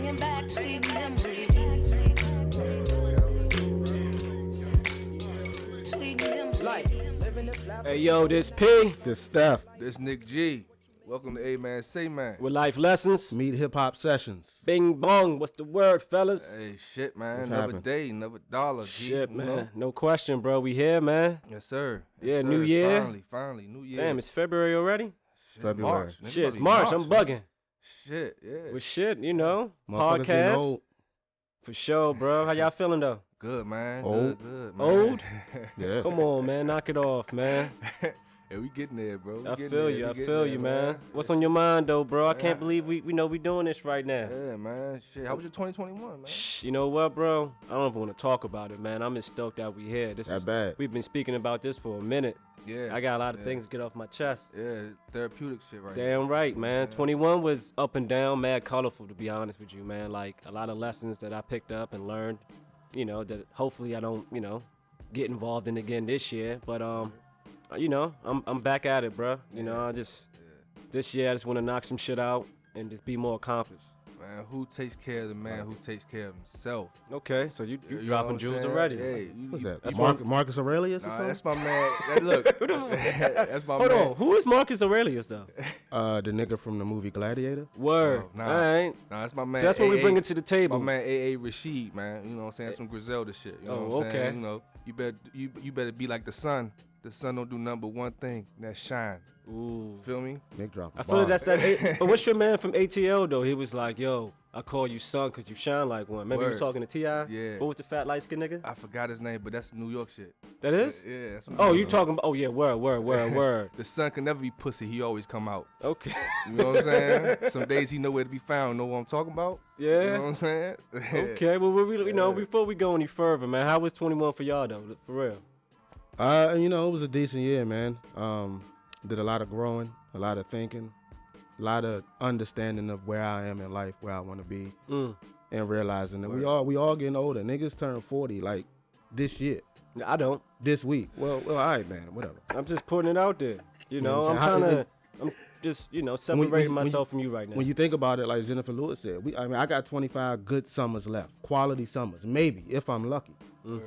sweet memories. Sweet memories. Like, living the Hey yo, this P This Steph. This Nick G. Welcome to A Man Say Man. with life lessons. Meet Hip Hop Sessions. Bing bong, what's the word, fellas? Hey, shit, man. What's another happening? day, another dollar. G. Shit, You know? man. No question, bro. We here, man. Yes, sir. Yes, Yeah, sir. new year. Finally, finally, new year. Damn, it's February already. It's February. March. nigga. Shit, it's Be March. I'm man. bugging. Shit, yeah. With shit, you know, Motherfuckers getting podcast old. for sure, bro. How y'all feeling though? Good, man. Old. Good, good, man. Old? Yeah. Come on, man. Knock it off, man. Hey, we getting there, bro. We I getting feel there. you. We I getting feel there, you, man. What's on your mind though, bro? I can't Yeah. believe we we know we doing this right now. Yeah, man. Shit, how was your 2021, man? Shh, You know what, bro? I don't even want to talk about it, man. I'm just stoked that we here. This That is bad. We've been speaking about this for a minute. Yeah. I got a lot of yeah. things to get off my chest. Yeah, therapeutic shit right Damn right, man. Yeah. 21 was up and down, mad colorful, to be honest with you, man. Like, a lot of lessons that I picked up and learned, you know, that hopefully I don't, you know, get involved in again this year. But, um, uh, you know, I'm, I'm back at it, bruh. You know, I just, this year I just want to knock some shit out and just be more accomplished. now. Man, who takes care of the man who takes care of himself? Okay, so you, you, know what dropping I'm jewels saying? already. Hey, you, What's you- that? That's Marc- one- Marcus Aurelius or Nah, something? that's my man. That, look, that's my Hold man. on, who is Marcus Aurelius, though? uh, the nigga from the movie Gladiator. Word. Oh, nah. All right. Nah, that's my man. So that's what we AA bringing to the table. My man AA Rashid, man. You know what I'm saying? Some Griselda shit. You know Oh, what I'm okay. saying? You know, you better you you better be like the sun. The sun don't do nothing but one thing, and that's shine. Ooh. Feel me? Nick drop. I feel like that's that. but what's your man from ATL though? He was like, "Yo, I call you son because you shine like one." Remember you Word. talking to Ti? Yeah. What with the fat light skinned nigga? I forgot his name, but that's New York shit. That is. Yeah. That's what Oh, you talking about? Oh yeah, word, word, word, word. The sun can never be pussy. He always come out. Okay. You know what I'm saying? Some days he nowhere to be found. Know what I'm talking about? You know what Yeah. I'm saying? Okay. Well, we really, you know, before we go any further, man, how was 21 for y'all though? For real. Uh, you know, it was a decent year, man. Um, did a lot of growing, a lot of thinking, a lot of understanding of where I am in life, where I want to be, Mm. and realizing that we all we all getting older. Niggas turn forty like this year, Nah, I don't. this week. Well, well, all right, man, whatever. I'm just putting it out there. You know, what I'm I'm saying? kind How- of, I'm just, you know, when separating you- when myself you- from you right now. When you think about it, like Jennifer Lewis said, we I mean I got 25 good summers left, quality summers, maybe if I'm lucky. Mm.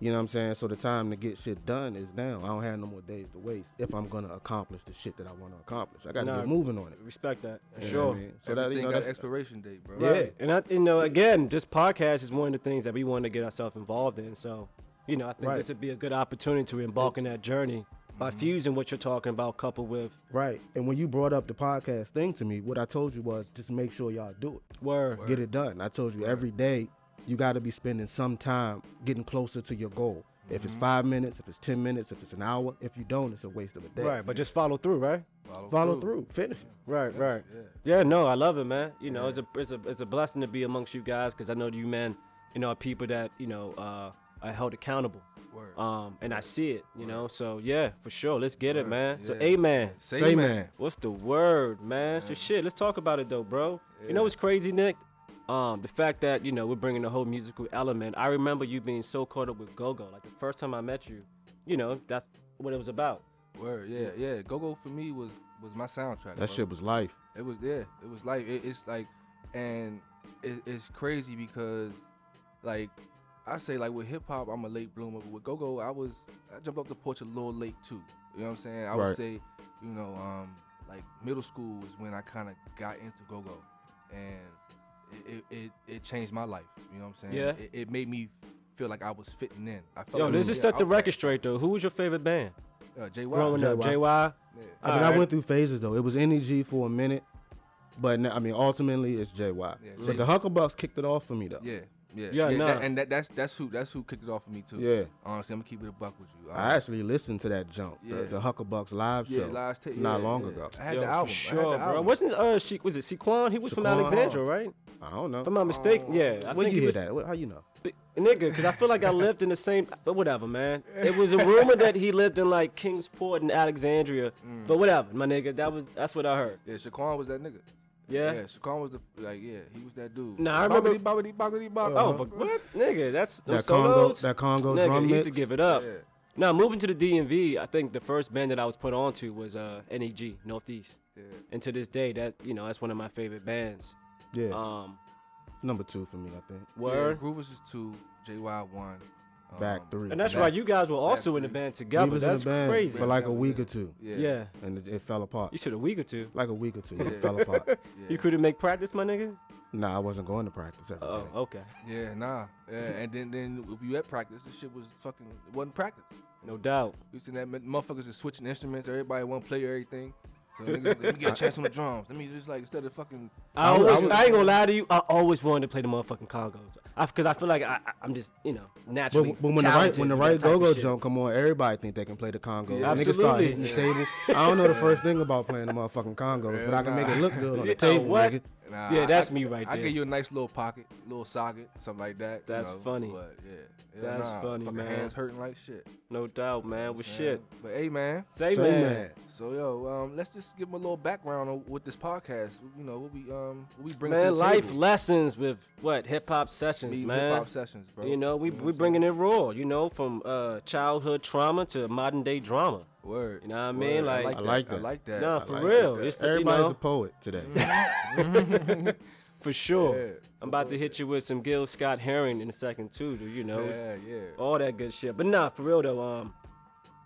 You know what I'm saying? So the time to get shit done is now. I don't have no more days to waste if I'm gonna accomplish the shit that I want to accomplish. I got to Nah, get moving on it. Respect that. for You know sure. what I mean? So So that that you know got that's, expiration date, bro. Yeah. Right. And I, you know, again, this podcast is one of the things that we want to get ourselves involved in. So, you know, I think Right. this would be a good opportunity to embark in that journey by fusing what you're talking about, coupled with right. And when you brought up the podcast thing to me, what I told you was just make sure y'all do it. word. get it done. I told you every day you got to be spending some time getting closer to your goal. If Mm-hmm. it's five minutes, if it's 10 minutes, if it's an hour, if you don't, it's a waste of a day. Right. But just follow through, right? Follow through, finish it. Right, right. Yeah. no, I love it, man. You know, it's a it's a it's a blessing to be amongst you guys because I know you men, you know, are people that you know uh, are held accountable. Word. Um, and I see it, you know. So yeah, for sure, let's get it, man. So, yeah. amen. Say, Say, man. man. What's the word, man? Just shit. Let's talk about it though, bro. You know what's crazy, Nick? Um, the fact that you know we're bringing the whole musical element. I remember you being so caught up with go-go. Like the first time I met you, you know that's what it was about. Word. Yeah, yeah. Go go for me was was my soundtrack. bro. That shit was life. It was yeah. It was like it, it's like, and it, it's crazy because, like, I say like with hip hop, I'm a late bloomer. But with go go, I was I jumped off the porch a little late too. You know what I'm saying? I Right. would say, you know, um, like middle school was when I kind of got into go go, and it, it it it changed my life. You know what I'm saying? Yeah. It, it made me feel like I was fitting in. I felt Yo, like, let's just set the okay. record straight though. Who was your favorite band Uh, Jay growing up? JY. JY. Yeah. I mean, Alright. I went through phases though. It was NEG for a minute, but now, I mean, ultimately it's JY. Yeah, but the Hucklebucks kicked it off for me though. Yeah, yeah, Yeah, nah. that- and that, that's that's who that's who kicked it off for me too. Yeah. honestly, I'm gonna keep it a buck with you. I actually listened to that jump, Yeah. the, the Hucklebucks live yeah, show, last tape, not yeah, long yeah. ago. I had Yo, the for album. I had sure, the bro. album. Wasn't uh, she, was it Sequan? He was from Saquon. Alexandria, right? I don't know. If I'm Um, not mistaken, yeah. I Where think you he hear was, that? How you know? But, nigga, because I feel like I lived in the same, but whatever, man. It was a rumor that he lived in like Kingsport and Alexandria, Mm. but whatever, my nigga. That was that's what I heard. Yeah, Shaquan was that nigga. Yeah. yeah, Shaquan was the like, yeah, he was that dude. Nah, I remember- Bobbity, bobbity, bobbity, Uh-huh. Oh, bobbity. but what, nigga? That's them That Congo, solos? that Congo nigga, drum he mix. used to give it up. Yeah. Now moving to the DMV, I think the first band that I was put on to was uh, NEG Northeast, Yeah. and to this day, that you know that's one of my favorite bands. yeah. Um, number two for me, I think. Uh-huh. Word. Groove was just two. JY one. um, Back three. And that's Back- right. You guys were also in the three. band We together. was in That's the band crazy. for like a Yeah. week or two, Yeah. yeah. and it, it fell apart. You should have week or two. Like a week or two, Yeah. it fell apart. yeah. You couldn't make practice, my nigga. Nah, I wasn't going to practice. every Oh, day. okay. Yeah, nah. Yeah, and then then if you at practice, this shit was fucking it wasn't practice. No doubt. You seen that m- motherfuckers is switching instruments. Everybody want to play everything. So niggas, let me get a chance on the drums. Let me just like instead of fucking I I was- always, I I, was- ain't gonna lie to you. I always wanted to play the motherfucking congos, I, cause I feel like I, I- I'm just, you know, naturally. But, but when the right when the right go go go jump come on, everybody think they can play the congo. Yeah. Niggas start Absolutely. hitting the table. I don't know the first thing about playing the motherfucking congos, but I can make it look good on Yeah, the table, what? nigga. nah, Yeah, I- that's I- me right I there. give you a nice little pocket, little socket, something like that. you That's know, funny. But yeah, Yeah, That's nah, funny, fucking man. Hands hurting like shit. No doubt, man. With man. shit, But hey, man. say Say, man. man. So yo, um, let's just give them a little background on what this podcast. You know, what we um, what we bring to Man, the life table. lessons with what hip hop sessions, Me, man. hip-hop sessions, bro. You know, we what we I'm bringing it raw. You know, from uh, childhood trauma to modern day drama. saying? word. You know what I mean? Word. Like, I like I that. like that. Nah, I for like real. that. It's- you Everybody's know. Mm. a poet today. for sure. Yeah. I'm about to hit you with some Gil Scott Heron in a second too. Do you know? Yeah, yeah. all that good shit. But nah, for real though, um,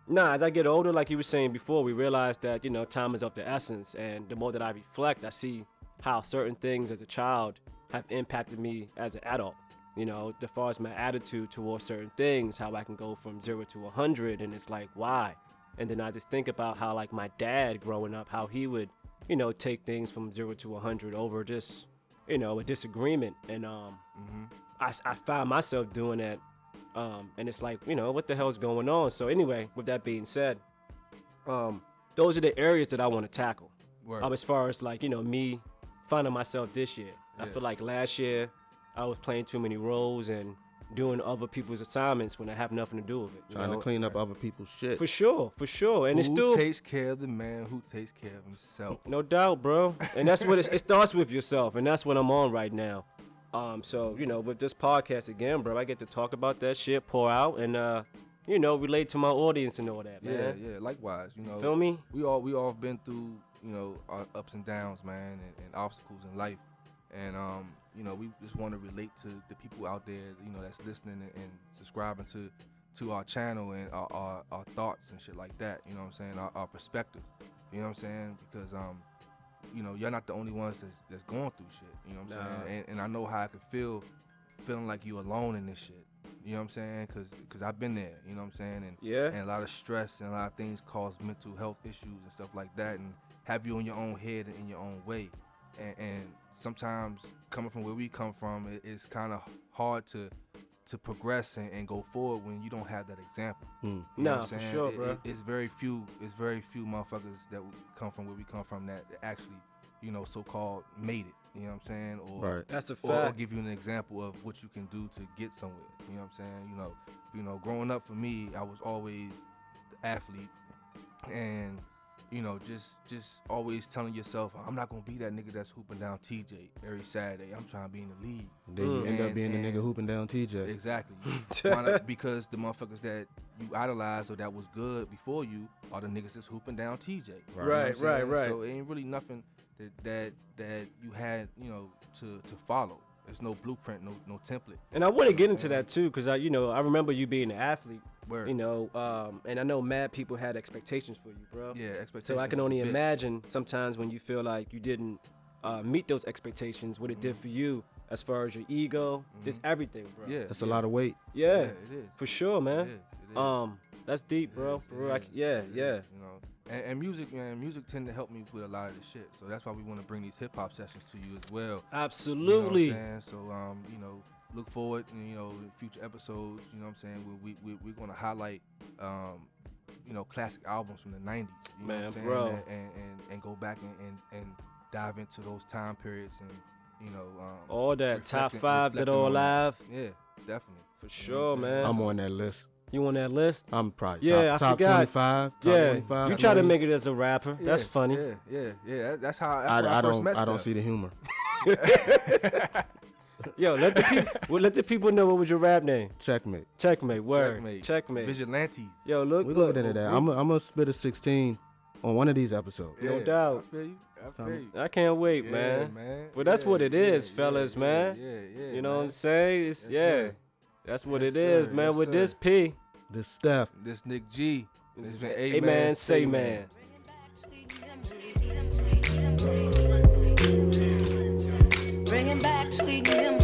nah, as I get older, like you were saying before, we realize that you know time is of the essence, and the more that I reflect, I see how certain things as a child have impacted me as an adult. You know, as far as my attitude towards certain things, how I can go from zero to a hundred, and it's like why? And then I just think about how like my dad growing up, how he would, you know, take things from zero to a hundred over just, you know, a disagreement, and um, I, s- I found myself doing that. Um, and it's like, you know, what the hell's going on? So, anyway, with that being said, um, those are the areas that I want to tackle. Word. Um, as far as like, you know, me finding myself this year. I Yeah. feel like last year I was playing too many roles and doing other people's assignments when I have nothing to do with it. you Trying know? to clean up other people's shit. For sure, for sure. And who it's still, takes care of the man who takes care of himself. no doubt, bro. And that's what it's, it starts with yourself, and that's what I'm on right now. Um, so you know, with this podcast again, bro, I get to talk about that shit, pour out, and uh, you know, relate to my audience and all that, yeah, man. yeah. Likewise, you know. Feel me? We all we all been through, you know, our ups and downs, man, and, and obstacles in life. And um, you know, we just want to relate to the people out there, you know, that's listening and, and subscribing to to our channel and our, our, our thoughts and shit like that. You know what I'm saying? Our, our perspectives. You know what I'm saying? Because um, you know, you're not the only ones that's, that's going through shit. You know what I'm Nah. saying? And, and I know how I could feel feeling like you alone in this shit. You know what I'm saying? Cause, cause I've been there. You know what I'm saying? And Yeah. and a lot of stress and a lot of things cause mental health issues and stuff like that and have you in your own head and in your own way and, and sometimes coming from where we come from it, it's kind of hard to to progress and, and go forward when you don't have that example Mm. you know Nah, what for I'm saying? sure, It- bro. it- it's very few. It's very few motherfuckers that w- come from where we come from that actually, you know, so-called made it. You know what I'm saying? Or Right. That's a or, or fact. give you an example of what you can do to get somewhere. You know what I'm saying? You know, you know, growing up for me, I was always the athlete, and you know, just just always telling yourself, I'm not gonna be that nigga that's hooping down TJ every Saturday. I'm trying to be in the league. Then you Mm. end up And- being the and- nigga hooping down TJ. Exactly. Why not? Because the motherfuckers that you idolize or that was good before you are the niggas that's hooping down TJ. You know what Right, I'm right, saying? right. So it ain't really nothing that that that you had, you know, to to follow. There's no blueprint, no no template. And I want to get into Yeah. that too, cause I, you know, I remember you being an athlete, Word. you know, um, and I know mad people had expectations for you, bro. yeah, expectations. So I can only is a bitch. imagine sometimes when you feel like you didn't uh, meet those expectations, what it Mm. did for you as far as your ego, just everything, bro. Yeah, That's a lot of weight. Yeah, Yeah, it is. for sure, man. It is, it is. Um, that's deep, It bro. is, For it real. I is, c- yeah, it is, yeah. You know, and, and music, man, music tend to help me with a lot of this shit. So that's why we want to bring these hip hop sessions to you as well. Absolutely. You know what I'm saying? So um, you know, look forward, you know, in future episodes, you know what I'm saying? We we, we we're gonna highlight um, you know, classic albums from the nineties. You know what Man, I'm saying? bro. And, and, and and go back and, and, and dive into those time periods and you know, um All that top reflecting- five that reflecting all on that. live. Yeah, definitely. For You know sure, what I'm saying? man. I'm on that list. you on that list? I'm probably Yeah, I top, top forgot. 25. Top yeah. 25. you try to 20. make it as a rapper. That's Yeah, funny. Yeah, yeah, yeah. That, that's how that's I, where I, I first don't. met I don't Steph. see the humor. Yo, let the people well, let the people know what was your rap name. Checkmate. Checkmate. Word. Checkmate. Vigilantes. Yo, look. We look looking into that. we- I'm. i I'm gonna spit a 16. on one of these episodes. No Yeah, doubt. I feel you. I feel you. I can't wait, Yeah, man. man. But that's Yeah, what it yeah, is, yeah, fellas, yeah, man. Yeah, yeah. you know what man. I'm saying? It's, Yes, yeah. sir. That's what Yes, it is, sir. man. Yes, With sir. this P. This stuff. This Nick G. It's been Hey, man, say man. Bringing back sweet memories.